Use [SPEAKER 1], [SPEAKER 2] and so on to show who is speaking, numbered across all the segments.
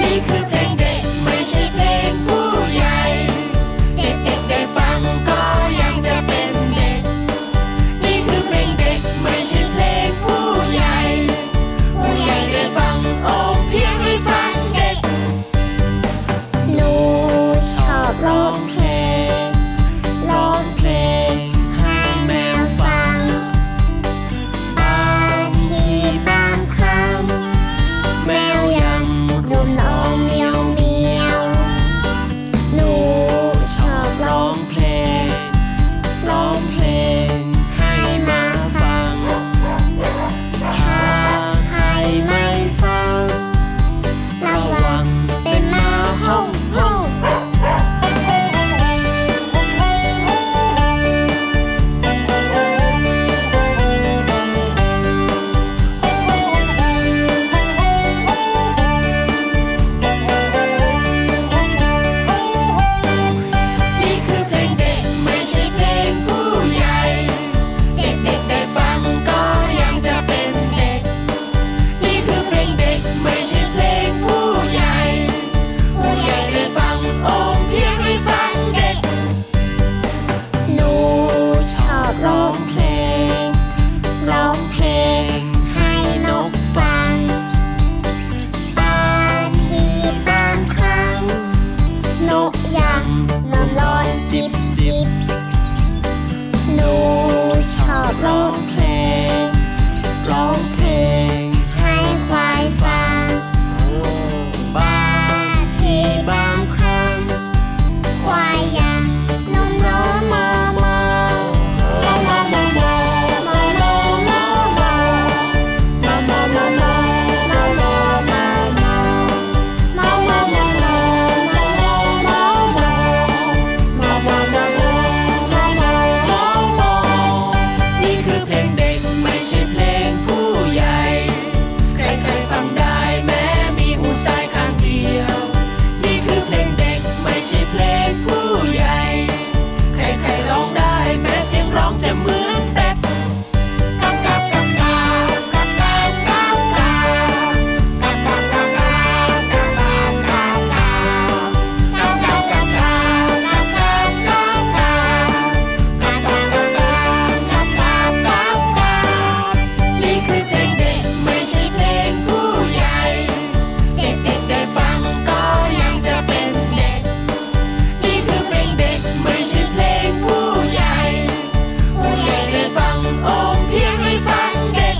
[SPEAKER 1] นี่คือเพลงเด็กไม่ใช่เพลงผู้ใหญ่ เด็กๆได้ฟังก็ยังจะเป็นเด็ก นี่คือเพลงเด็กไม่ใช่เพลงผู้ใหญ่ ผู้ใหญ่ได้ฟังโอ้เพียงได้ฟังเด็ก
[SPEAKER 2] หนูชอบร้องเพลง ร้องเพลงให้แมวฟัง บางทีบางครั้งแมวยังดุนร้องเมียวเมียวหนูชอบร้องเพลง ร้องเพลงให้มาฟัง ถ้าใครไม่ฟังระวังเป็นหมาห้องห้อง
[SPEAKER 1] นี่คือเพลงเด็กไม่ใช่เพลงผู้ใหญ่ เด็กๆได้ฟังก็ยังจะเป็นเด็ก นี่คือเพลงเด็กไม่ใช่เพลงผู้ใหญ่ ผู้ใหญ่ได้ฟังโอ้เพียงได้ฟังเด็ก
[SPEAKER 2] หนูชอบร้องเพลง ร้องเพลงให้นกฟัง บางทีบางครั้ง นกยังลมร้อนจิบจิบ หนูชอบร้องเพลง ร้องเพลงให้ควายฟัง บางทีบางครั้ง ควายยังลมร้อนมอมอ
[SPEAKER 1] นี่คือเพลงเด็กไม่ใช่เพลงผู้ใหญ่ ใครๆฟังได้แม้มีหูซ้ายข้างเดียว นี่คือเพลงเด็กไม่ใช่เพลงผู้ใหญ่ ใครๆร้องได้แม้เสียงร้องจะเหมือนแต่กักกักกักกักกักกักกักกักกักกักกักกักกักกักกักกักกักกักกักกัก นี่คือเพลงเด็กไม่ใช่เพลงผู้ใหญ่ เด็กๆได้ฟังก็ยังจะเป็นเด็ก นี่คือเพลงเด็กไม่ใช่เพลงผู้ใหญ่ ผู้ใหญ่ได้ฟังโอ้เพียงได้ฟังเด็ก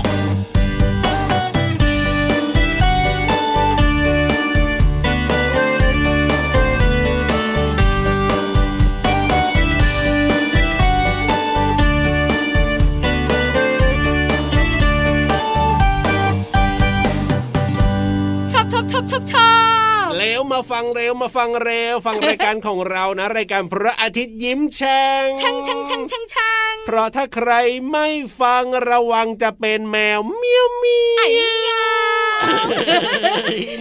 [SPEAKER 3] ชอบชอบชอบชอบชอบ
[SPEAKER 4] เร็วมาฟังเร็วมาฟังเร็ว ฟังรายการของเรานะ รายการพระอาทิตย์ยิ้มแฉ่ง
[SPEAKER 3] ช่างช่างช่างช่างช่าง
[SPEAKER 4] เพราะถ้าใครไม่ฟังระวังจะเป็นแมวเมียวเมีย
[SPEAKER 3] ไอ้
[SPEAKER 4] วย
[SPEAKER 3] า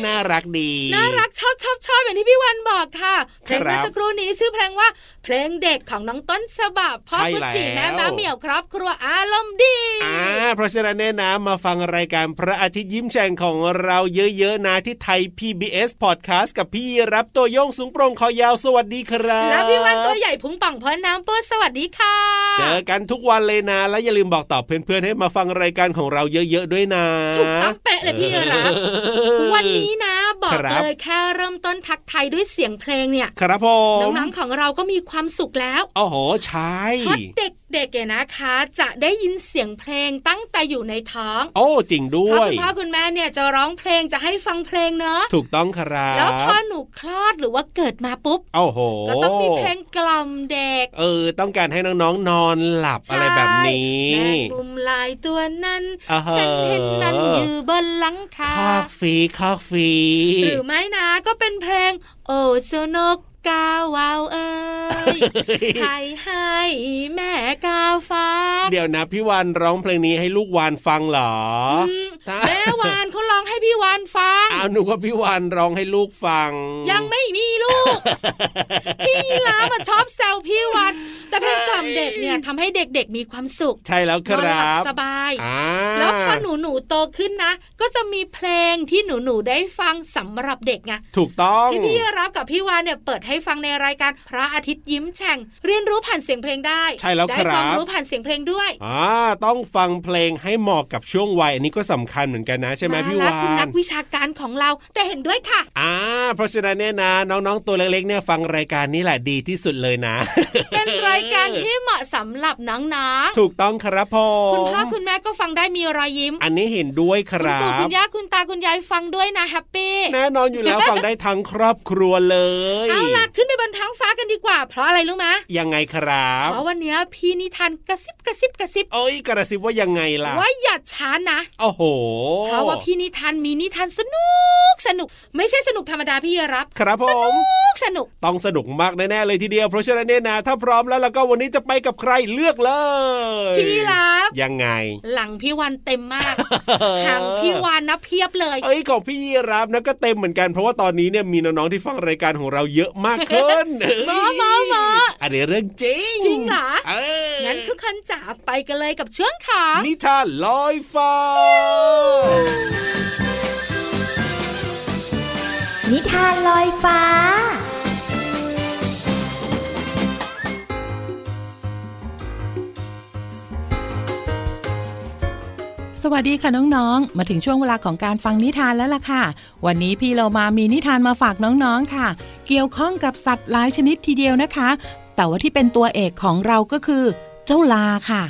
[SPEAKER 4] น่ารักดี
[SPEAKER 3] น่ารักชอบชอบชอบอย่างที่พี่วันบอกค่ะเพลงเมื่
[SPEAKER 4] ค
[SPEAKER 3] อ
[SPEAKER 4] รับ
[SPEAKER 3] สักครู่นี้ชื่อเพลงว่า เพลงเด็กของน้องต้นฉบับพ่อ
[SPEAKER 4] ใช่
[SPEAKER 3] กุจิ
[SPEAKER 4] แล้ว
[SPEAKER 3] แม่ม้าเหมี่ยวครอบครัวอารมณ์ดี
[SPEAKER 4] อ่าเพราะฉะนั้นแน่ยนะมาฟังรายการพระอาทิตย์ยิ้มแฉ่งของเราเยอะๆนะที่ไทย PBS Podcast กับพี่รับตัวโยงสูงโปร่งคอยาวสวัสดีครับ
[SPEAKER 3] แล้วพี่วันตัวใหญ่พุงป่องพอน้ำเปิ้ลสวัสดีค่ะ
[SPEAKER 4] เจอกันทุกวันเลยนะ และอย่าลืมบอกต่อเพื่อนๆให้มาฟังรายการของเราเยอะๆด้วยนะ
[SPEAKER 3] ถูกต้องเป๊ะเลยพี่รับ
[SPEAKER 4] เออ
[SPEAKER 3] วันนี้นะบอก
[SPEAKER 4] ครับ
[SPEAKER 3] เลยแค่เริ่มต้นทักไทายด้วยเสียงเพลงเนี่ย
[SPEAKER 4] ครับผม
[SPEAKER 3] น้องๆของเราก็มีความสุขแล้ว
[SPEAKER 4] โอ้โหใช่
[SPEAKER 3] เพราะเด็กๆเนี่ยนะคะ จะได้ยินเสียงเพลงตั้งแต่อยู่ในท้อง
[SPEAKER 4] โอ้จริงด้ว
[SPEAKER 3] เพราะ
[SPEAKER 4] ย
[SPEAKER 3] คุณพ่อคุณแม่เนี่ยจะร้องเพลงจะให้ฟังเพลงเนอะ
[SPEAKER 4] ถูกต้องครับ
[SPEAKER 3] แล้วพอหนูคลอดหรือว่าเกิดมาปุ๊บ
[SPEAKER 4] โอ้โห
[SPEAKER 3] ก็ต้องมีเพลงกล่อมเด็ก
[SPEAKER 4] เออ ต้องการให้น้องๆนอนหลับอะไรแบบนี้
[SPEAKER 3] ใช่แมงมุมลายตัวนั้น
[SPEAKER 4] อ่าฮะ
[SPEAKER 3] ฉันเห็นมันอยู่บนหลังคา
[SPEAKER 4] คอกฟีคอกฟี
[SPEAKER 3] หรือไม่นะก็เป็นเพลง โอเจ้านก กาวาวเอ้ยใครให้แม่กาฟ้า
[SPEAKER 4] เดี๋ยวนะพี่วานร้องเพลงนี้ให้ลูกวานฟังเหรออ
[SPEAKER 3] ม
[SPEAKER 4] ตา
[SPEAKER 3] แม่วานเขาร้องให้พี่วานฟัง
[SPEAKER 4] อ้าวหนูว่าพี่วานร้องให้ลูกฟัง
[SPEAKER 3] ยังไม่มีลูก พี่ยีราฟอะชอบแซวพี่วานแต่เพลงกล่อมเด็กเนี่ยทำให้เด็กๆมีความสุข
[SPEAKER 4] ใช่แล้วคน
[SPEAKER 3] อนห
[SPEAKER 4] รั
[SPEAKER 3] ลั
[SPEAKER 4] บ
[SPEAKER 3] สบาย
[SPEAKER 4] อ่า
[SPEAKER 3] แล้วพอหนูหนูๆโตขึ้นนะ ก็จะมีเพลงที่หนูหนูๆได้ฟังสำหรับเด็กไง
[SPEAKER 4] ถูกต้อง
[SPEAKER 3] ที่พี่รับกับพี่วานเนี่ยเปิดให้ฟังในรายการพระอาทิตย์ยิ้มแฉ่งเรียนรู้ผ่านเสียงเพลงได้
[SPEAKER 4] ใช่แล้ว
[SPEAKER 3] ได้
[SPEAKER 4] ค
[SPEAKER 3] ควา
[SPEAKER 4] รั
[SPEAKER 3] ม
[SPEAKER 4] บ
[SPEAKER 3] รู้ผ่านเสียงเพลงด้วย
[SPEAKER 4] อ่าต้องฟังเพลงให้เหมาะกับช่วงวัยอันนี้ก็สำคัญเหมือนกันนะใช่ไหมพี่
[SPEAKER 3] และ
[SPEAKER 4] วา
[SPEAKER 3] คุณนั
[SPEAKER 4] น
[SPEAKER 3] กวิชาการของเราแต่เห็นด้วยค่ะ
[SPEAKER 4] อ่าเพราะฉะนั้นเนี่ยนะน้องๆตัวเล็กๆเนี่ยฟังรายการนี้แหละดีที่สุดเลยนะ
[SPEAKER 3] เป็นรายการที่เหมาะสำหรับน้อง
[SPEAKER 4] ถูกต้องครับพ่อ
[SPEAKER 3] ๆคุณพ่อคุณแม่ก็ฟังได้มีรอยยิ้ม
[SPEAKER 4] อันนี้เห็นด้วยค
[SPEAKER 3] คุณ
[SPEAKER 4] รั
[SPEAKER 3] ปู่คุ
[SPEAKER 4] บ
[SPEAKER 3] ณย่าคุณตาคุณยายฟังด้วยนะแฮปปี้
[SPEAKER 4] แน่นอนอยู่แล้วฟังได้ทั้งครอบครัวเลย
[SPEAKER 3] เอาล่ะขึ้นไปบนท้องฟ้ากันดีกว่า เพราะอะไรรู้ไหมย
[SPEAKER 4] ยังไงครับ
[SPEAKER 3] เพราะวันเนี้ยพี่นิทานกระซิบกระซิบกระซิบ
[SPEAKER 4] โอ้ยกระซิบว่ายังไงล่ะ
[SPEAKER 3] ว่าอย่าช้านะ
[SPEAKER 4] โอ้โห
[SPEAKER 3] เพราะว่าพี่นิทานมีนิทานสนุกสนุก ไม่ใช่สนุกธรรมดาพี่รับ
[SPEAKER 4] ครับผม
[SPEAKER 3] สนุกสนุก
[SPEAKER 4] ต้องสนุกมากแน่ ๆ เลยทีเดียว เพราะฉะนั้นเนี่ยนะ ถ้าพร้อมแล้วแล้วก็วันนี้จะไปกับใครเลือกเลย
[SPEAKER 3] พี่รับ
[SPEAKER 4] ยังไง
[SPEAKER 3] หลังพี่วันเต็ม มากหางพี่วานนะเพียบเลย
[SPEAKER 4] เอ้ยของพี่ยีรับนะก็เต็มเหมือนกันเพราะว่าตอนนี้เนี่ยมีน้องๆที่ฟังรายการของเราเยอะมากขึ้น
[SPEAKER 3] หมอหมอหมอ
[SPEAKER 4] อันนี้เรื่องจริง
[SPEAKER 3] จริงเหรอ
[SPEAKER 4] เออ
[SPEAKER 3] งั้นทุกคนจ๋าไปกันเลยกับเชื่องขา
[SPEAKER 4] นิทานลอยฟ้า
[SPEAKER 5] นิทานลอยฟ้า
[SPEAKER 6] สวัสดีค่ะน้องๆ มาถึงช่วงเวลาของการฟังนิทานแล้วล่ะค่ะ วันนี้พี่เรามามีนิทานมาฝากน้องๆ ค่ะ เกี่ยวข้องกับสัตว์หลายชนิดทีเดียวนะคะ แต่ว่าที่เป็นตัวเอกของเราก็คือ เจ้าลาค่ะ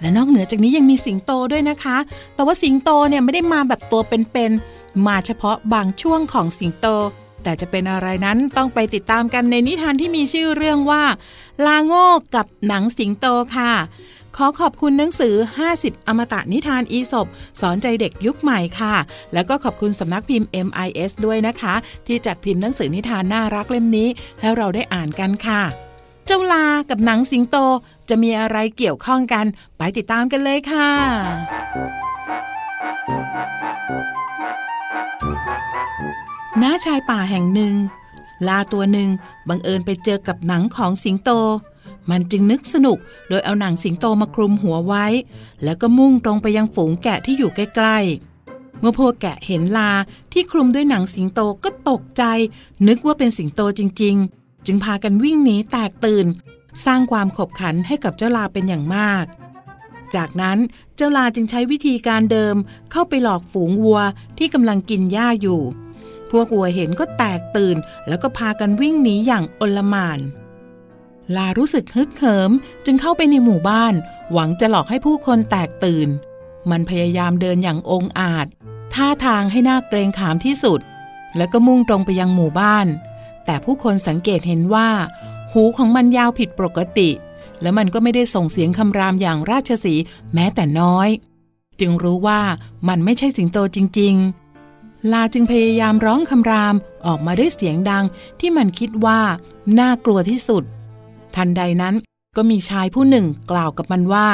[SPEAKER 6] และนอกเหนือจากนี้ยังมีสิงโตด้วยนะคะ แต่ว่าสิงโตเนี่ยไม่ได้มาแบบตัวเป็นๆ มาเฉพาะบางช่วงของสิงโต แต่จะเป็นอะไรนั้นต้องไปติดตามกันในนิทานที่มีชื่อเรื่องว่า ลาโง่กับหนังสิงโตค่ะ ขอขอบคุณหนังสือ 50 อมตะนิทานอีสบสอนใจเด็กยุคใหม่ค่ะ แล้วก็ขอบคุณสำนักพิมพ์ MIS ด้วยนะคะ ที่จัดพิมพ์หนังสือนิทานน่ารักเล่มนี้ ให้เราได้อ่านกันค่ะ เจ้าลากับหนังสิงโตจะมีอะไรเกี่ยวข้องกัน ไปติดตามกันเลยค่ะ ณชายป่าแห่งหนึ่ง ลาตัวหนึ่งบังเอิญไปเจอกับหนังของสิงโต มันจึงนึกสนุกโดยเอาหนังสิงโตมาคลุมหัวไว้ แล้วก็มุ่งตรงไปยังฝูงแกะที่อยู่ใกล้ๆ เมื่อพวกแกะเห็นลาที่คลุมด้วยหนังสิงโตก็ตกใจ นึกว่าเป็นสิงโตจริงๆ จึงพากันวิ่งหนีแตกตื่น สร้างความขบขันให้กับเจ้าลาเป็นอย่างมาก จากนั้นเจ้าลาจึงใช้วิธีการเดิมเข้าไปหลอกฝูงวัวที่กำลังกินหญ้าอยู่ พวกวัวเห็นก็แตกตื่น แล้วก็พากันวิ่งหนีอย่างอลหม่าน ลารู้สึกฮึกเหิมจึงเข้าไปในหมู่บ้าน หวังจะหลอกให้ผู้คนแตกตื่น มันพยายามเดินอย่างองอาจ ท่าทางให้หน่าเกรงขามที่สุด แล้วก็มุ่งตรงไปยังหมู่บ้าน แต่ผู้คนสังเกตเห็นว่า หูของมันยาวผิดปกติ และมันก็ไม่ได้ส่งเสียงคำรามอย่างราชสีห์แม้แต่น้อย จึงรู้ว่ามันไม่ใช่สิงโตจริง ๆ ลาจึงพยายามร้องคำรามออกมาด้วยเสียงดังที่มันคิดว่าน่ากลัวที่สุด ทันใดนั้นก็มีชายผู้หนึ่งกล่าวกับมันว่า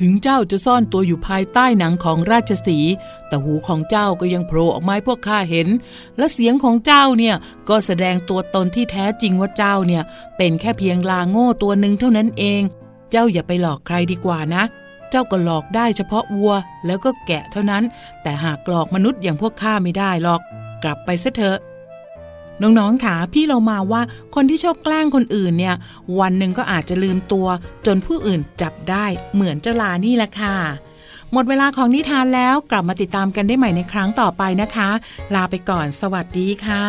[SPEAKER 6] ถึงเจ้าจะซ่อนตัวอยู่ภายใต้หนังของราชสีห์แต่หูของเจ้าก็ยังโผล่ออกมาให้พวกข้าเห็น และเสียงของเจ้าเนี่ยก็แสดงตัวตนที่แท้จริงว่าเจ้าเนี่ยเป็นแค่เพียงลาโง่ตัวหนึ่งเท่านั้นเอง เจ้าอย่าไปหลอกใครดีกว่านะ เจ้าก็หลอกได้เฉพาะวัวแล้วก็แกะเท่านั้น แต่หากหลอกมนุษย์อย่างพวกข้าไม่ได้หรอก กลับไปซะเถอะ น้องๆค่ะพี่เรามาว่าคนที่ชอบแกล้งคนอื่นเนี่ย วันหนึ่งก็อาจจะลืมตัว จนผู้อื่นจับได้เหมือนเจ้าลานี่แหละค่ะ หมดเวลาของนิทานแล้วกลับมาติดตามกันได้ใหม่ในครั้งต่อไปนะคะ ลาไปก่อนสวัสดีค่ะ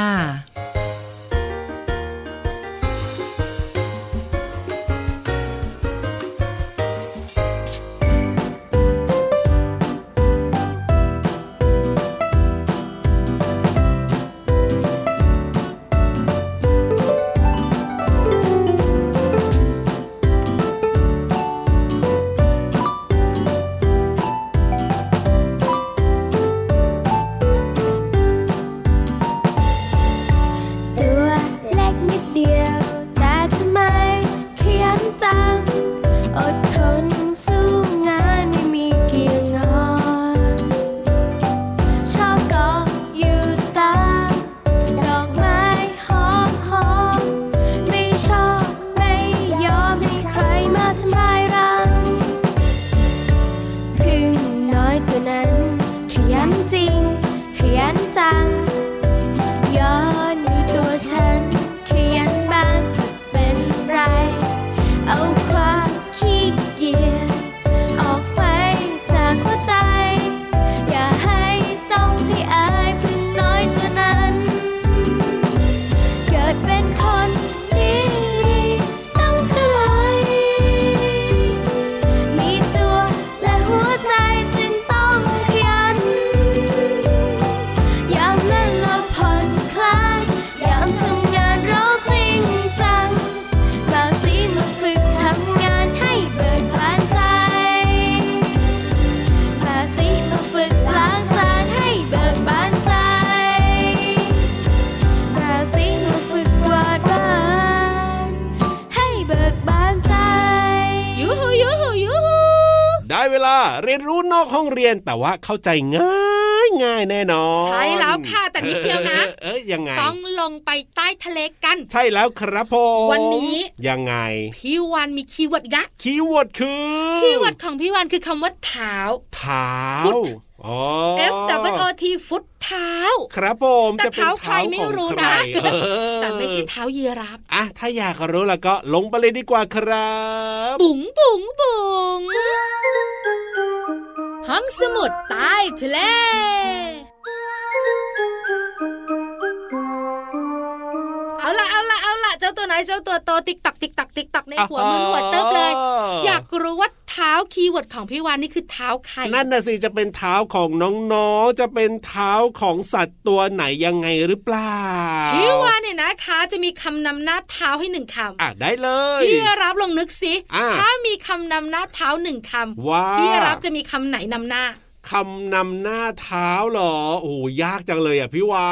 [SPEAKER 2] น
[SPEAKER 7] อดทนสู้งานไม่มีเกี่ยงงอนชอบเกาะอยู่ตามดอกไม้หอมหอมไม่ชอบไม่ยอมให้ใครมาทำลายรัง พึ่งน้อยตัวนั้น ขยันจริง ขยันจัง ย้อนดูตัวฉัน ขยันบ้างจะเป็นไร เอาความขี้เกียจออกไปจากหัวใจ อย่าให้ต้องให้อายพึ่งน้อยตัวนั้น เกิดเป็นคนดีๆต้องเท่าไหร มีตัวและหัวใจจึงต้องขยัน ยามเล่นละผ่อนคลาย ยามทำงานเราจริงจังบางสีมาฝึกทำงานให้เบิกบานใจบางสีมาฝึกล้างจานให้เบิกบานใจบางสีมาฝึกกวาดบ้านให้เบิกบานใจ
[SPEAKER 3] ยูหูยูหูยูหู
[SPEAKER 4] ได้เวลาเรียนรู้นอกห้องเรียนแต่ว่าเข้าใจง่ายง่ายแน่นอน
[SPEAKER 3] ใช่แล้วค่ะแต่นิดเดียวนะ
[SPEAKER 4] เอ้ยยังไง
[SPEAKER 3] ต้องลงไปใต้ทะเลกัน
[SPEAKER 4] ใช่แล้วครับผม
[SPEAKER 3] วันนี้
[SPEAKER 4] ยังไง
[SPEAKER 3] พี่วันมีคีย์เวิร์ดนะ
[SPEAKER 4] คีย์เวิร์ดคือ
[SPEAKER 3] คีย์เวิร์ดของพี่วันคือคำว่าเท้า
[SPEAKER 4] เท้า
[SPEAKER 3] ฟุต
[SPEAKER 4] อ๋อ
[SPEAKER 3] F W O T ฟุตเท้า
[SPEAKER 4] ครับผม
[SPEAKER 3] แต่
[SPEAKER 4] จะเป็น
[SPEAKER 3] เท้าใครไม่รู้
[SPEAKER 4] ข
[SPEAKER 3] นะ
[SPEAKER 4] องใครเออ
[SPEAKER 3] แต่ไม่ใช่เท้ายีราฟ
[SPEAKER 4] อ่ะถ้าอยากรู้แล้วก็ลงไปเลยดีกว่าครับ
[SPEAKER 3] บุ๋งบุ๋งบุ๋งห้องสมุดใต้ทะเล เอาละเอาละเอาละเจ้าตัวไหนเจ้าตัวโตติ๊กตักติ๊กตักติ๊กตักในหัวมันหัวเติบเลย อยากรู้ว่าเท้าคีย์เวิร์ดของพี่วานนี่คือเท้าใคร
[SPEAKER 4] นั่นน่ะสิจะเป็นเท้าของน้องๆ จะเป็นเท้าของสัตว์ตัวไหนยังไงหรือเปล่า
[SPEAKER 3] พี่วานเนี่ยนะคะจะมีคำนำหน้าเท้าให้หนึ่งค
[SPEAKER 4] อ่ะได้เลย
[SPEAKER 3] ำพี่รับลองนึกสิ
[SPEAKER 4] อ่า
[SPEAKER 3] ถ้ามีคำนำหน้าเท้าหนึ่งค
[SPEAKER 4] ว่า
[SPEAKER 3] ำพี่รับจะมีคำไหนนำหน้า
[SPEAKER 4] คำนำหน้าเท้าเหรอ โอ้ยากจังเลยอ่ะพี่วา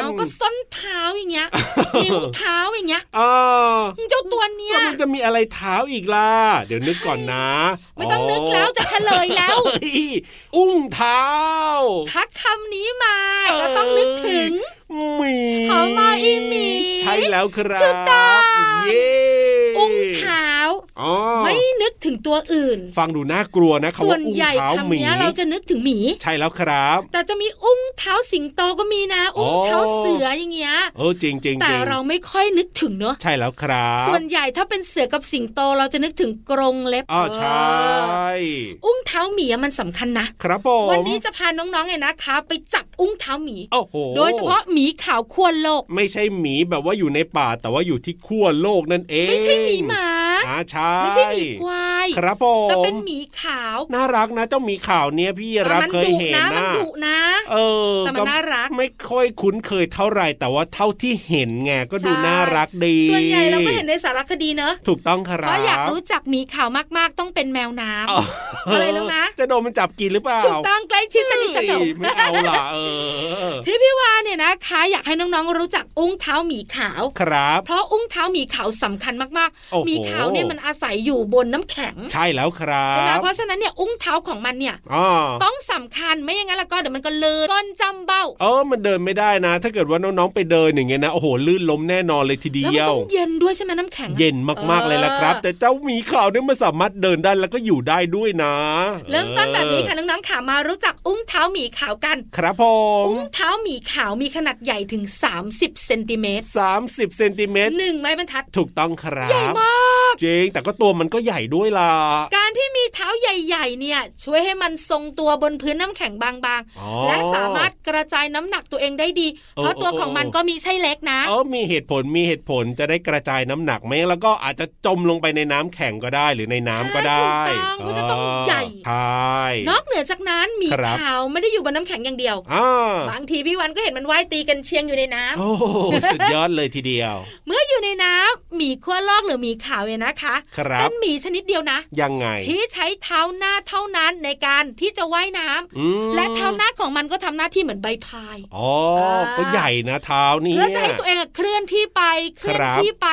[SPEAKER 4] น
[SPEAKER 3] เอาก็ส้นเท้าอย่างเงี้ย นิ้วเท้าอย่างเงี้ย
[SPEAKER 4] อ่า
[SPEAKER 3] เจ้าตัวเนี้ย
[SPEAKER 4] แล้วมันจะมีอะไรเท้าอีกล่ะ เดี๋ยวนึกก่อนนะ
[SPEAKER 3] ไม่ต้องนึกแล้วจะเฉลยแล้ว
[SPEAKER 4] เฮ้ยอุ้งเท้า
[SPEAKER 3] ถ้าคำนี้มาก็ต้องนึกถึง
[SPEAKER 4] หมี
[SPEAKER 3] หอมมาอีหมี
[SPEAKER 4] ใช่แล้วครับ
[SPEAKER 3] ถูกต้อง
[SPEAKER 4] เย้
[SPEAKER 3] อุ้งเท้า
[SPEAKER 4] อ๋อ
[SPEAKER 3] ไม่นึกถึงตัวอื่น
[SPEAKER 4] ฟังดูน่ากลัวนะคำ
[SPEAKER 3] ส่ว
[SPEAKER 4] ว่าน อุ้ง
[SPEAKER 3] ใหญ่
[SPEAKER 4] เท้าห
[SPEAKER 3] คำ
[SPEAKER 4] มี
[SPEAKER 3] เนี้ยเราจะนึกถึงหมี
[SPEAKER 4] ใช่แล้วครับ
[SPEAKER 3] แต่จะมีอุ้งเท้าสิงโตก็มีนะ อุ้ง
[SPEAKER 4] อ๋อ
[SPEAKER 3] เท้าเสืออย่างเงี้ย
[SPEAKER 4] เออจริงจริง
[SPEAKER 3] แต่
[SPEAKER 4] จริง
[SPEAKER 3] เราไม่ค่อยนึกถึงเนอะ
[SPEAKER 4] ใช่แล้วครับ
[SPEAKER 3] ส่วนใหญ่ถ้าเป็นเสือกับสิงโตเราจะนึกถึงกรงเล็บ
[SPEAKER 4] อ๋อใช่
[SPEAKER 3] เอออุ้งเท้าหมีอะมันสำคัญนะครับ
[SPEAKER 4] ผม
[SPEAKER 3] วันนี้จะพาน้องๆเนี่ยนะคะ ไปจับอุ้งเท้าหมี
[SPEAKER 4] โอ้โห
[SPEAKER 3] โดยเฉพาะหมีขาวขั้วโลก
[SPEAKER 4] ไม่ใช่หมีแบบว่าอยู่ในป่าแต่ว่าอยู่ที่ขั้วโลกนั่นเอง
[SPEAKER 3] ไม่ใช่หมีหมา
[SPEAKER 4] อ่าใช่
[SPEAKER 3] ไม่ใช่หมีควาย
[SPEAKER 4] ครับผ
[SPEAKER 3] แต่
[SPEAKER 4] ม
[SPEAKER 3] เป็นหมีขาว
[SPEAKER 4] น่ารักนะเจ้าหมีข่าวเนี้ยพี่
[SPEAKER 3] แต่
[SPEAKER 4] รับ
[SPEAKER 3] มั
[SPEAKER 4] เคย
[SPEAKER 3] ดุ
[SPEAKER 4] เห็น
[SPEAKER 3] นะมัน
[SPEAKER 4] นะ
[SPEAKER 3] ดุนะ
[SPEAKER 4] เออ
[SPEAKER 3] แต่มันน่ารัก
[SPEAKER 4] ไม่ค่อยคุ้นเคยเท่าไหร่แต่ว่าเท่าที่เห็นไงก็ดู
[SPEAKER 3] ใช่
[SPEAKER 4] น่ารักดี
[SPEAKER 3] ส่วนใหญ่เราก็เห็นในสารคดีเนอะ
[SPEAKER 4] ถูกต้องครับ
[SPEAKER 3] เพราะอยากรู้จักหมีขาวมาก ๆ ต้องเป็นแมวน้ำ อะไรรู้ไหม
[SPEAKER 4] จะโดนมันจับกินหรือเปล่า
[SPEAKER 3] ถูกต้องใกล้ชิดสนิทสนม
[SPEAKER 4] เฮ้ยไม่เอาล่ะเออ
[SPEAKER 3] ที่พี่วานเนี่ยนะคะอยากให้น้อง ๆ รู้จักอุ้งเท้าหมีขาว
[SPEAKER 4] ครับ
[SPEAKER 3] เพราะอุ้งเท้าหมีขาวสำคัญมาก
[SPEAKER 4] โอ้โห
[SPEAKER 3] ๆหมีขาวเนี่ยมันอาศัยอยู่บนน้ำแข็ง
[SPEAKER 4] ใช่แล้วครั
[SPEAKER 3] ใช่ไหม
[SPEAKER 4] บ
[SPEAKER 3] เพราะฉะนั้นเนี่ยอุ้งเท้าของมันเนี่ย
[SPEAKER 4] อ๋อ
[SPEAKER 3] ต้องสำคัญไม่อย่างนั้นแล้วก็เดี๋ยวมันก็เลื่อนก้นจำเบ้า
[SPEAKER 4] เออมันเดินไม่ได้นะ ถ้าเกิดว่าน้องๆไปเดินอย่างเงี้ยนะโอ้โหลื่นล้มแน่นอนเลยทีเดี
[SPEAKER 3] แล้
[SPEAKER 4] ยว
[SPEAKER 3] วมันต้องเย็นด้วยใช่ไหมน้ำแข็งอะ
[SPEAKER 4] เย็นมากๆเลยละครับ
[SPEAKER 3] เออ
[SPEAKER 4] แต่เจ้าหมีขาวเนี่ยมันสามารถเดินได้แล้วก็อยู่ได้ด้วยนะ
[SPEAKER 3] เริ่มต้นแบบนี้ค่ะ
[SPEAKER 4] เออ
[SPEAKER 3] น้องๆค่ะมารู้จักอุ้งเท้าหมีขาวกัน
[SPEAKER 4] ครับผม
[SPEAKER 3] อุ้งเท้าหมีขาวมีขนาดใหญ่ถึง 30เซนติเมตร
[SPEAKER 4] 30เซนติเมตร
[SPEAKER 3] หนึ่งไม้บรรทัด
[SPEAKER 4] ถูกต้องครับ
[SPEAKER 3] ใหญ่มาก
[SPEAKER 4] จริงแต่ก็ตัวมันก็ใหญ่ด้วยล่ะ
[SPEAKER 3] การที่มีเท้าใหญ่ๆ เนี่ย ช่วยให้มันทรงตัวบนพื้นน้ำแข็งบาง
[SPEAKER 4] อ๋อ
[SPEAKER 3] ๆ และสามารถกระจายน้ำหนักตัวเองได้ดี
[SPEAKER 4] เออ
[SPEAKER 3] เพราะตัว
[SPEAKER 4] เออ
[SPEAKER 3] ของมันก็มีใช่เล็กนะ
[SPEAKER 4] เออมีเหตุผล มีเหตุผลจะได้กระจายน้ำหนักไหมแล้วก็อาจจะจมลงไปในน้ำแข็งก็ได้หรือในน้ำก็ได้
[SPEAKER 3] ใช่ถูกต้องมันจะต้องใหญ่
[SPEAKER 4] ใช่
[SPEAKER 3] นอกเหนือจากนั้นหมี
[SPEAKER 4] ครับ
[SPEAKER 3] ขาวไม่ได้อยู่บนน้ำแข็งอย่างเดียว
[SPEAKER 4] อ่า
[SPEAKER 3] บางทีพี่วันก็เห็นมันว่ายตีกันเชียงอยู่ในน้ำ
[SPEAKER 4] โอ้โหสุดยอดเลยทีเดียว
[SPEAKER 3] เมื่ออยู่ในน้ำหมีขั้วโลกหรือหมีขาวเนี่ยนะคะ
[SPEAKER 4] ครับ
[SPEAKER 3] เป็นหมีชนิดเดียวนะ
[SPEAKER 4] ยังไง
[SPEAKER 3] ที่ใช้เท้า ท้าหน้าเท่านั้นในการที่จะว่ายน้ำ
[SPEAKER 4] อืม
[SPEAKER 3] และเท้าหน้าของมันก็ทำหน้าที่เหมือนใบพาย
[SPEAKER 4] อ๋อ ก็ใหญ่นะเท้านี่
[SPEAKER 3] แล้วจะให้ตัวเองอะเคลื่อนที่ไปเคลื่อน
[SPEAKER 4] ครับ
[SPEAKER 3] ที่ไป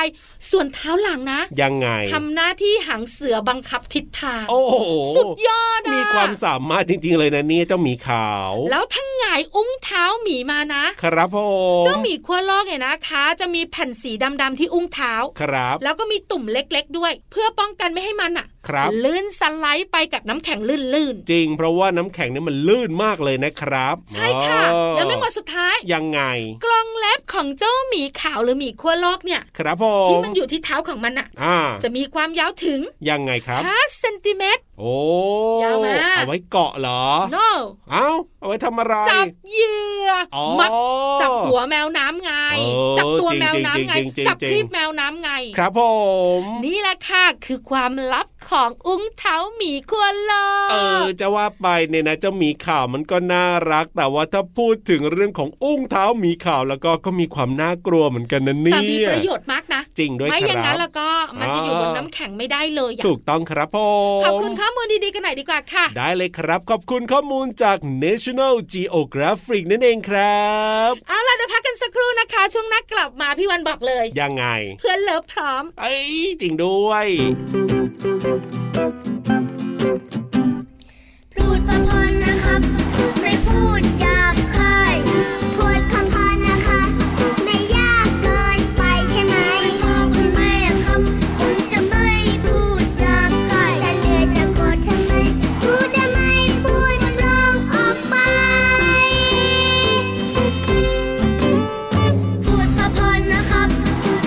[SPEAKER 3] ส่วนเท้าหลังนะ
[SPEAKER 4] ยังไง
[SPEAKER 3] ทำหน้าที่หางเสือบังคับทิศทาง
[SPEAKER 4] โอ้โห
[SPEAKER 3] สุดยอดอะ
[SPEAKER 4] มีความสามารถจริง ๆ เลยนะเนี่ยเจ้าหมีขาว
[SPEAKER 3] แล้วทั้งหงายอุ้งเท้าหมีมานะ
[SPEAKER 4] ครับผม
[SPEAKER 3] เจ้าหมีขั้วโลกเนี่ยนะคะ จะมีแผ่นสีดำๆที่อุ้งเท้า
[SPEAKER 4] ครับ
[SPEAKER 3] แล้วก็มีตุ่มเล็กๆด้วย เพื่อป้องกันไม่ให้มันอะ
[SPEAKER 4] ครับ
[SPEAKER 3] ลื่นสไลด์ไปกับน้ำแข็งลื่น
[SPEAKER 4] จริง เพราะว่าน้ำแข็งเนี่ยมันลื่นมากเลยนะครับ
[SPEAKER 3] ๆ ใช่ค่ะ
[SPEAKER 4] อ๋อ
[SPEAKER 3] ยังไม่หมดสุดท้าย
[SPEAKER 4] ยังไง
[SPEAKER 3] กลองเล็บของเจ้าหมีขาวหรือหมีขั้วโลกเนี่ย
[SPEAKER 4] ครับผ
[SPEAKER 3] ที่
[SPEAKER 4] ม
[SPEAKER 3] มันอยู่ที่เท้าของมันอะ
[SPEAKER 4] อ่า
[SPEAKER 3] จะมีความยาวถึง
[SPEAKER 4] ยังไงครับ
[SPEAKER 3] 5เซนติเมตร
[SPEAKER 4] โอ้
[SPEAKER 3] ยาวมาก
[SPEAKER 4] เอาไว้เกาะเหรอ
[SPEAKER 3] no
[SPEAKER 4] เอ้า เอาไว้ทำอะไร
[SPEAKER 3] จับเหยื่ออ
[SPEAKER 4] อ๋อ
[SPEAKER 3] มัดจับหัวแมวน้ำไง
[SPEAKER 4] เออ
[SPEAKER 3] จับตัวแมวน้ำไง
[SPEAKER 4] จริงๆจริงๆ
[SPEAKER 3] จับ
[SPEAKER 4] จริงๆ
[SPEAKER 3] คลิปแมวน้ำไง
[SPEAKER 4] ครับผม
[SPEAKER 3] นี่แหละค่ะคือความลับของอุ้งเท้าหมีขั้วโลก
[SPEAKER 4] เออจะว่าไปเนี่ยนะเจ้าหมีข่าวมันก็น่ารัก แต่ว่าถ้าพูดถึงเรื่องของอุ้งเท้าหมีข่าวแล้วก็ก็มีความน่ากลัวเหมือนกันนะเนี่
[SPEAKER 3] แต่
[SPEAKER 4] ย
[SPEAKER 3] มีประโยชน์มากนะ
[SPEAKER 4] จริงด้วยค
[SPEAKER 3] ไม่
[SPEAKER 4] รับ
[SPEAKER 3] อย่างนั้นแล้วก็มันจะอยู่
[SPEAKER 4] อ่า
[SPEAKER 3] บนน้ำแข็งไม่ได้เลยอะ
[SPEAKER 4] ถูกต้องครับผม
[SPEAKER 3] ขอบคุณข้อมูลดีๆกันหน่อยดีกว่าค่ะ
[SPEAKER 4] ได้เลยครับ ขอบคุณข้อมูลจาก National Geographic นั่นเองครับ
[SPEAKER 3] เอาล่ะเดี๋ยวพักกันสักครู่นะคะ ช่วงหนักกลับมาพี่วันบอกเลย
[SPEAKER 4] ยังไง
[SPEAKER 3] เพื่อนเลิฟพร้อม
[SPEAKER 4] ไอ้ยจริงด้วย
[SPEAKER 2] รูดประพรนะครับ ไม่พูดหยาบคายพูดคำพรนะคะ ไม่ยากเกินไปใช่ไหมพ่อคุณแม่ครับ ผมจะไม่พูดหยาบคายจะเหนื่อยจะโกรธทำไมกูจะไม่พูดมันร้องออกไป พูดก็พอนะครับ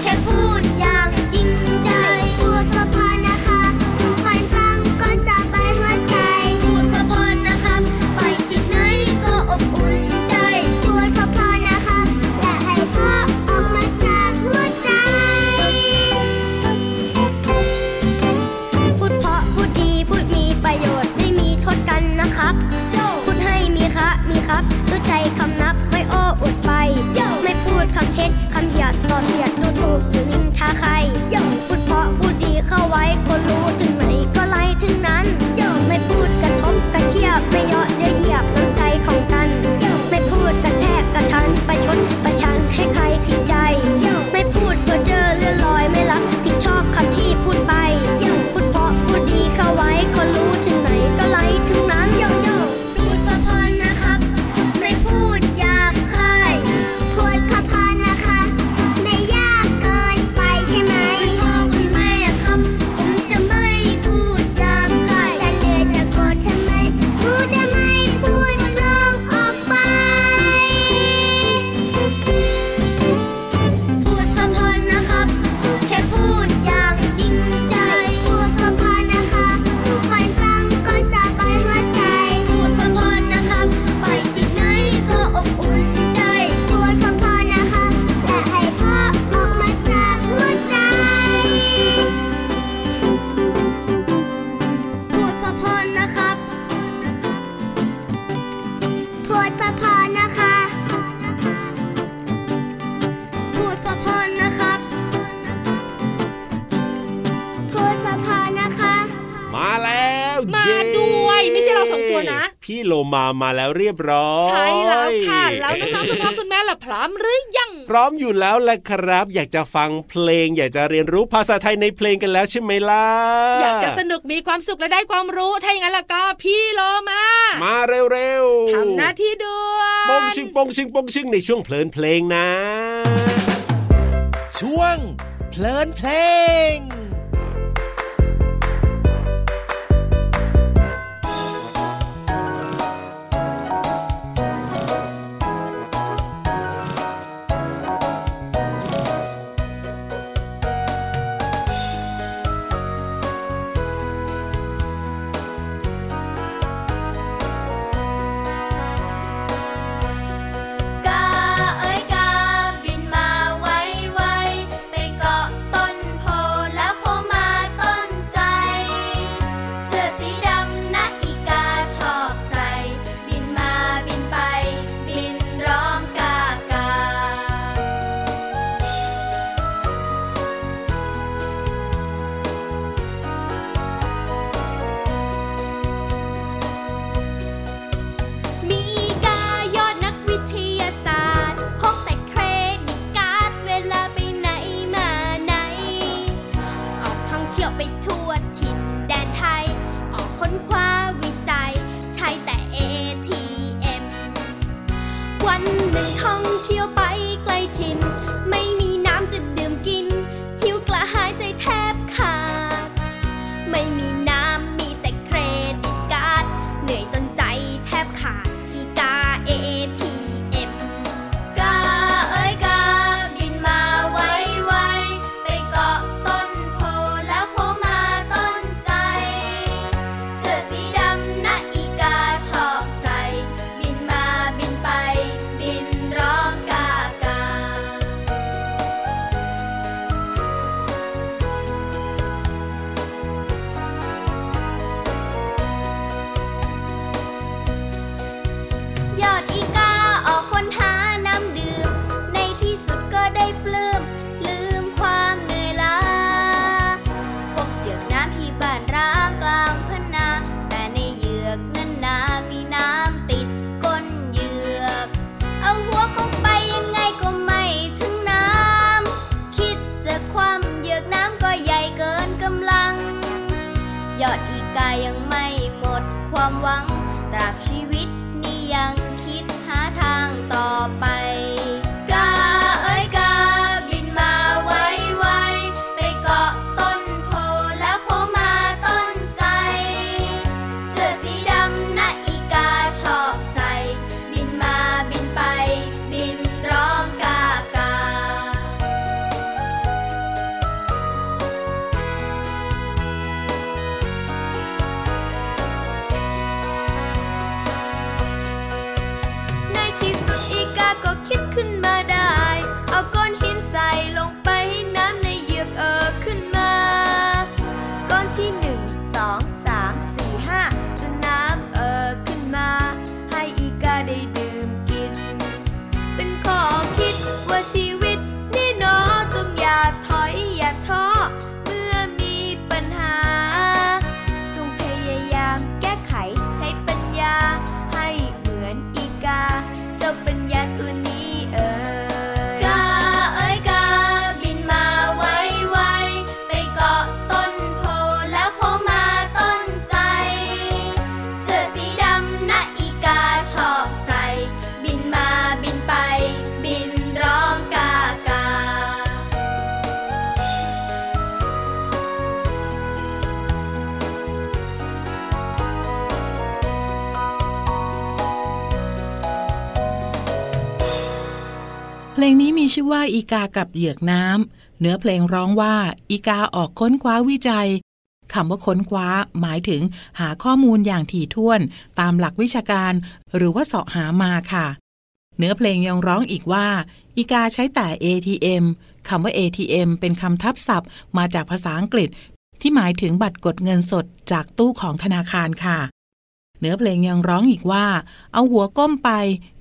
[SPEAKER 2] แค่พูดอย่างจริงใจ พูดก็พอนะคะคนฟังก็สบายหัวใจ พูดก็พอนะครับ ไปจุดไหนก็อบอุ่นใจ พูดก็พอนะคะอย่าให้พ่อออกมาจากหัวใจ พูดเพราะพูดดีพูดมีประโยชน์ไม่มีโทษกันนะครับ พูดให้มีคะมีครับรู้ใจคำนับไว้โอ้อวดไป ไม่พูดคำเท็จคำหยาดต่อเสียดดูถูกหรือนินทาใคร พูดเพราะพูดดีเข้าไว้คนรู้ถึงไหนก็ไล่ถึงนั้น ไม่พูดกระทบกระเทียบไม่เหยาะเย้ยเหยียบน้ำใจของกัน ไม่พูดกระแทกกระทันประชดประชันให้ใครผิดใจ ไม่พูดเพ้อเจ้อเลื่อนลอยไม่รับผิดชอบคำที่พูดไป พูดเพราะพูดดีเข้าไว้คนรู้ถึงไหนก็ไล่ถึงนั้นโยโย่พูดเพราะพอนะครับ ไม่พูดหยาบคายพูดเพราะพอนะคะ ไม่ยากเกินไปใช่ไหมพ่อคุณแม่ครับผมจะไม่พูดหยาบคายจะเหนื่อยจะโกรธทำไมกูจะไม่พูดมันร้องออกไป พูดก็พอนะครับ แค่พูดอย่างจริงใจ พูดก็พอนะคะคนฟังก็สบายหัวใจ พูดก็พอนะครับ ไปที่ไหนก็อบอุ่นใจ พูดก็พอนะคะและให้พ่อออกมาจากหัวใจ พูดก็พอนะครับ พูดก็พอนะคะ พูดพอพอนะครับ พูดพอพอนะคะ
[SPEAKER 4] มาแล้ว
[SPEAKER 3] มา
[SPEAKER 4] เย้
[SPEAKER 3] ด้วยไม่ใช่เราสองตัวนะ
[SPEAKER 4] พี่โลมามาแล้วเรียบร้อย
[SPEAKER 3] ใช่แล้วค่ะ แล้วน้องๆคุณพ่อคุณแม่ล่ะพร้อมหรือยัง
[SPEAKER 4] พร้อมอยู่แล้วแหละครับ อยากจะฟังเพลง อยากจะเรียนรู้ภาษาไทยในเพลงกันแล้วใช่ไหมล่ะ
[SPEAKER 3] อยากจะสนุกมีความสุขและได้ความรู้ ถ้าอย่างนั้นแล้วก็พี่โลมา
[SPEAKER 4] มาเร็วๆ
[SPEAKER 3] ทำหน้าที่ด้วย
[SPEAKER 4] ปองชิงปองชิงปองชิงในช่วงเพลินเพลงนะ
[SPEAKER 8] ช่วงเพลินเพลง
[SPEAKER 2] กาเอ้ยกาบินมาไวไวไปเกาะต้นโพแล้ว
[SPEAKER 9] ที่ยวไปทั่วถิ่นแดนไทย ออกค้นคว้าวิจัย ใช้แต่ ATM วันหนึ่งท่องเที่ยวไปไกลถิ่น ไม่มีน้ำจะดื่มกิน หิวกระหายใจแทบขาด ไม่มีน้ำมีแต่เครดิตการ์ดเหนื่อยจนใจแทบขาดอีกา ATM กาเอ้ยกาบินมาไวไวไปเกาะต้นโพแล้วโผล่มาต้นไทรเสื้อสีดำนะอีกาชอบใส่ บินมาบินไป บินร้องกากา ยอดอีกาออกค้นหาน้ำดื่ม ในที่สุดก็ได้ปลื้มลืมความเหนื่อยล้าพบเหยือกน้ำที่บ้านร้างกลางพนา แต่ในเหยือกนั้นนามีน้ำติดก้นเหยือก เอาหัวเข้าไปยังไงก็ไม่ถึงน้ำ คิดจะคว่ำเหยือกน้ำก็ใหญ่เกินกำลัง ยอดอีกายังไม่หมดความหวัง ตราบชีวิตนี้ยังคิดหาทางต่อไป กาเอ้ยกาบินมาไวไวไปเกาะต้นโพแล้วโผล่มาต้นไทรเสื้อสีดำนะอีกาชอบใส่ บินมาบินไป บินร้องกากา ในที่สุดอีกาก็คิดขึ้นมาได้ เอาก้อนหินใส่ลงไปให้น้ำในเหยือกเออขึ้นมา ก้อนที่หนึ่งสองสามสี่ห้าจนน้ำเออขึ้นมา ให้อีกาได้ดื่มกิน เป็นข้อคิดว่าชีวิตนี่เนอจงอย่าถอยอย่าท้อเมื่อมีปัญหา จงพยายามแก้ไขใช้ปัญญา ให้เหมือนอีกา เจ้าปัญญาตัวนี้เอ่ยกาเอ้ยกาบินมาไวไวไปเกาะต้นโพแล้วโผล่มาต้นไทรเสื้อสีดำนะอีกาชอบใส่ บินมาบินไป บินร้องกากา
[SPEAKER 6] เพลงนี้มีชื่อว่าอีกากับเหยือกน้ำเนื้อเพลงร้องว่าอีกาออกค้นคว้าวิจัยคำว่าค้นคว้าหมายถึงหาข้อมูลอย่างถี่ถ้วน ตามหลักวิชาการ หรือว่าเสาะหามาค่ะ เนื้อเพลงยังร้องอีกว่า อีกาใช้แต่ ATM คำว่า ATM เป็นคำทับศัพท์ มาจากภาษาอังกฤษ ที่หมายถึงบัตรกดเงินสดจากตู้ของธนาคารค่ะ เนื้อเพลงยังร้องอีกว่า เอาหัวก้มไป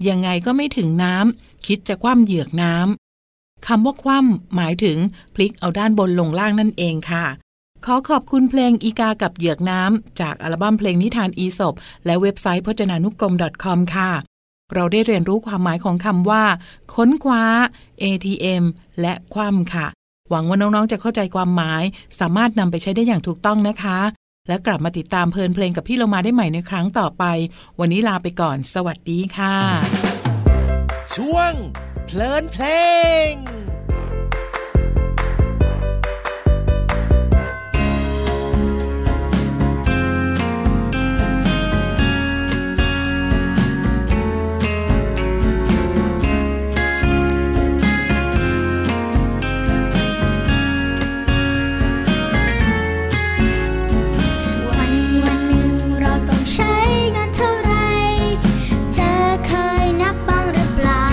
[SPEAKER 6] ยังไงก็ไม่ถึงน้ำ คิดจะคว่ำเหยือกน้ำ คำว่าคว่ำหมายถึงพลิกเอาด้านบนลงล่างนั่นเองค่ะ ขอขอบคุณเพลงอีกากับเหยือกน้ำ จากอัลบั้มเพลงนิทานอีสบและเว็บไซต์พจนานุกรม .com ค่ะ เราได้เรียนรู้ความหมายของคำว่า ค้นคว้า ATM และคว่ำค่ะ หวังว่าน้องๆ จะเข้าใจความหมาย สามารถนำไปใช้ได้อย่างถูกต้องนะคะ และกลับมาติดตามเพลินเพลงกับพี่เรามาได้ใหม่ในครั้งต่อไป วันนี้ลาไปก่อน สวัสดีค่ะ
[SPEAKER 8] ช่วง เพลินเพลง
[SPEAKER 9] วันวันหนึ่งเราต้องใช้เงินเท่าไร เธอเคยนับบ้างหรือเปล่า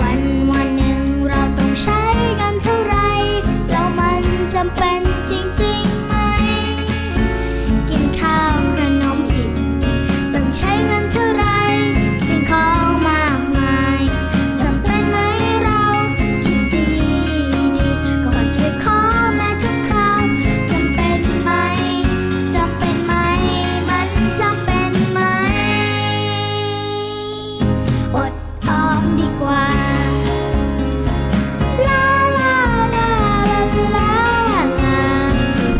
[SPEAKER 9] วันวันหนึ่งเราต้องใช้เงินเท่าไร แล้วมันจำเป็นจริงๆไหม กินข้าวและนมอิ่มต้องใช้เงินเท่าไร สิ่งของมากมายจำเป็นไหมเราคิดดีดีๆก่อนจะขอแม่ทุกคราวจำเป็นไหมจำเป็นไหม มันจำเป็นไหม อดออมดีกว่า ลาลาลาลาลาลา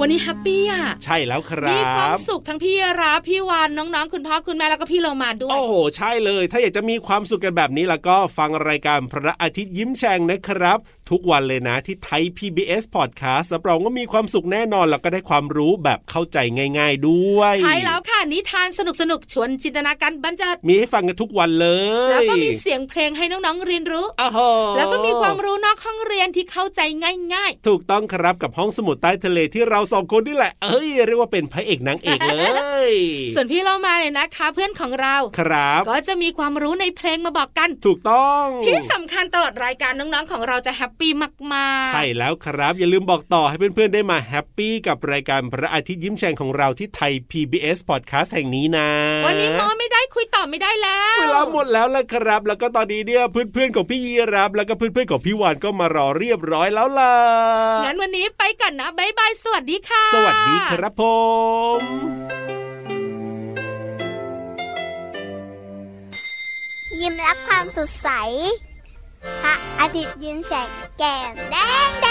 [SPEAKER 3] วันนี้แฮปปี้อ่ะ
[SPEAKER 4] ใช่แล้วครั
[SPEAKER 3] มีความ
[SPEAKER 4] บ
[SPEAKER 3] สุขทั้งพี่รับพี่วานน้องๆ คุณพ่อคุณแม่แล้วก็พี่เรามาด้วย
[SPEAKER 4] โอ้โห ใช่เลย ถ้าอยากจะมีความสุขกันแบบนี้แล้วก็ฟังรายการพระอาทิตย์ยิ้มแฉ่งนะครับ ทุกวันเลยนะที่ไทย PBS Podcast รับรองว่ามีความสุขแน่นอน แล้วก็ได้ความรู้แบบเข้าใจง่าย ๆด้วย
[SPEAKER 3] ใช่แล้วค่ะนิทานสนุกๆ ชวนจินตนาการบันเจิด
[SPEAKER 4] มีให้ฟังกันทุกวันเลย
[SPEAKER 3] แล้วก็มีเสียงเพลงให้น้องๆ เรียนรู้
[SPEAKER 4] โอ้โห
[SPEAKER 3] แล้วก็มีความรู้นอกห้องเรียนที่เข้าใจง่าย
[SPEAKER 4] ถูกต้องครับกับห้องสมุดใต้ทะเลที่เราสองคนนี่แหละ เอ้ยเรียกว่าเป็นพระเอกนางเอกเลย
[SPEAKER 3] ๆ ส่วนพี่เรามาเนี่ยนะคะ เพื่อนของเรา
[SPEAKER 4] ครับ
[SPEAKER 3] ก็จะมีความรู้ในเพลงมาบอกกัน
[SPEAKER 4] ถูกต้อง
[SPEAKER 3] ที่สำคัญตลอดรายการน้องๆ ของเราจะแฮปปี้มากๆ
[SPEAKER 4] ใช่แล้วครับ อย่าลืมบอกต่อให้เพื่อนๆได้มาแฮปปี้กับรายการพระอาทิตย์ยิ้มแฉ่งของเราที่ไทย PBS Podcast แห่งนี้นะ
[SPEAKER 3] วันนี้มอไม่ได้คุยต่อไม่ได้แล้ว
[SPEAKER 4] เวลาหมดแล้วละครับ แล้วก็ตอนนี้เนี่ยเพื่อนๆของพี่ยีรับแล้วก็เพื่อนๆของพี่วานก็มารอเรียบร้อยแล้วล่ะ
[SPEAKER 3] งั้นวันนี้ไปก่อนนะบายบาย สวัสดีค่ะ
[SPEAKER 4] สวัสดีครับผม
[SPEAKER 2] ยิ้มรับความสดใส พระอาทิตย์ยิ้มแฉกแก้มแดงแด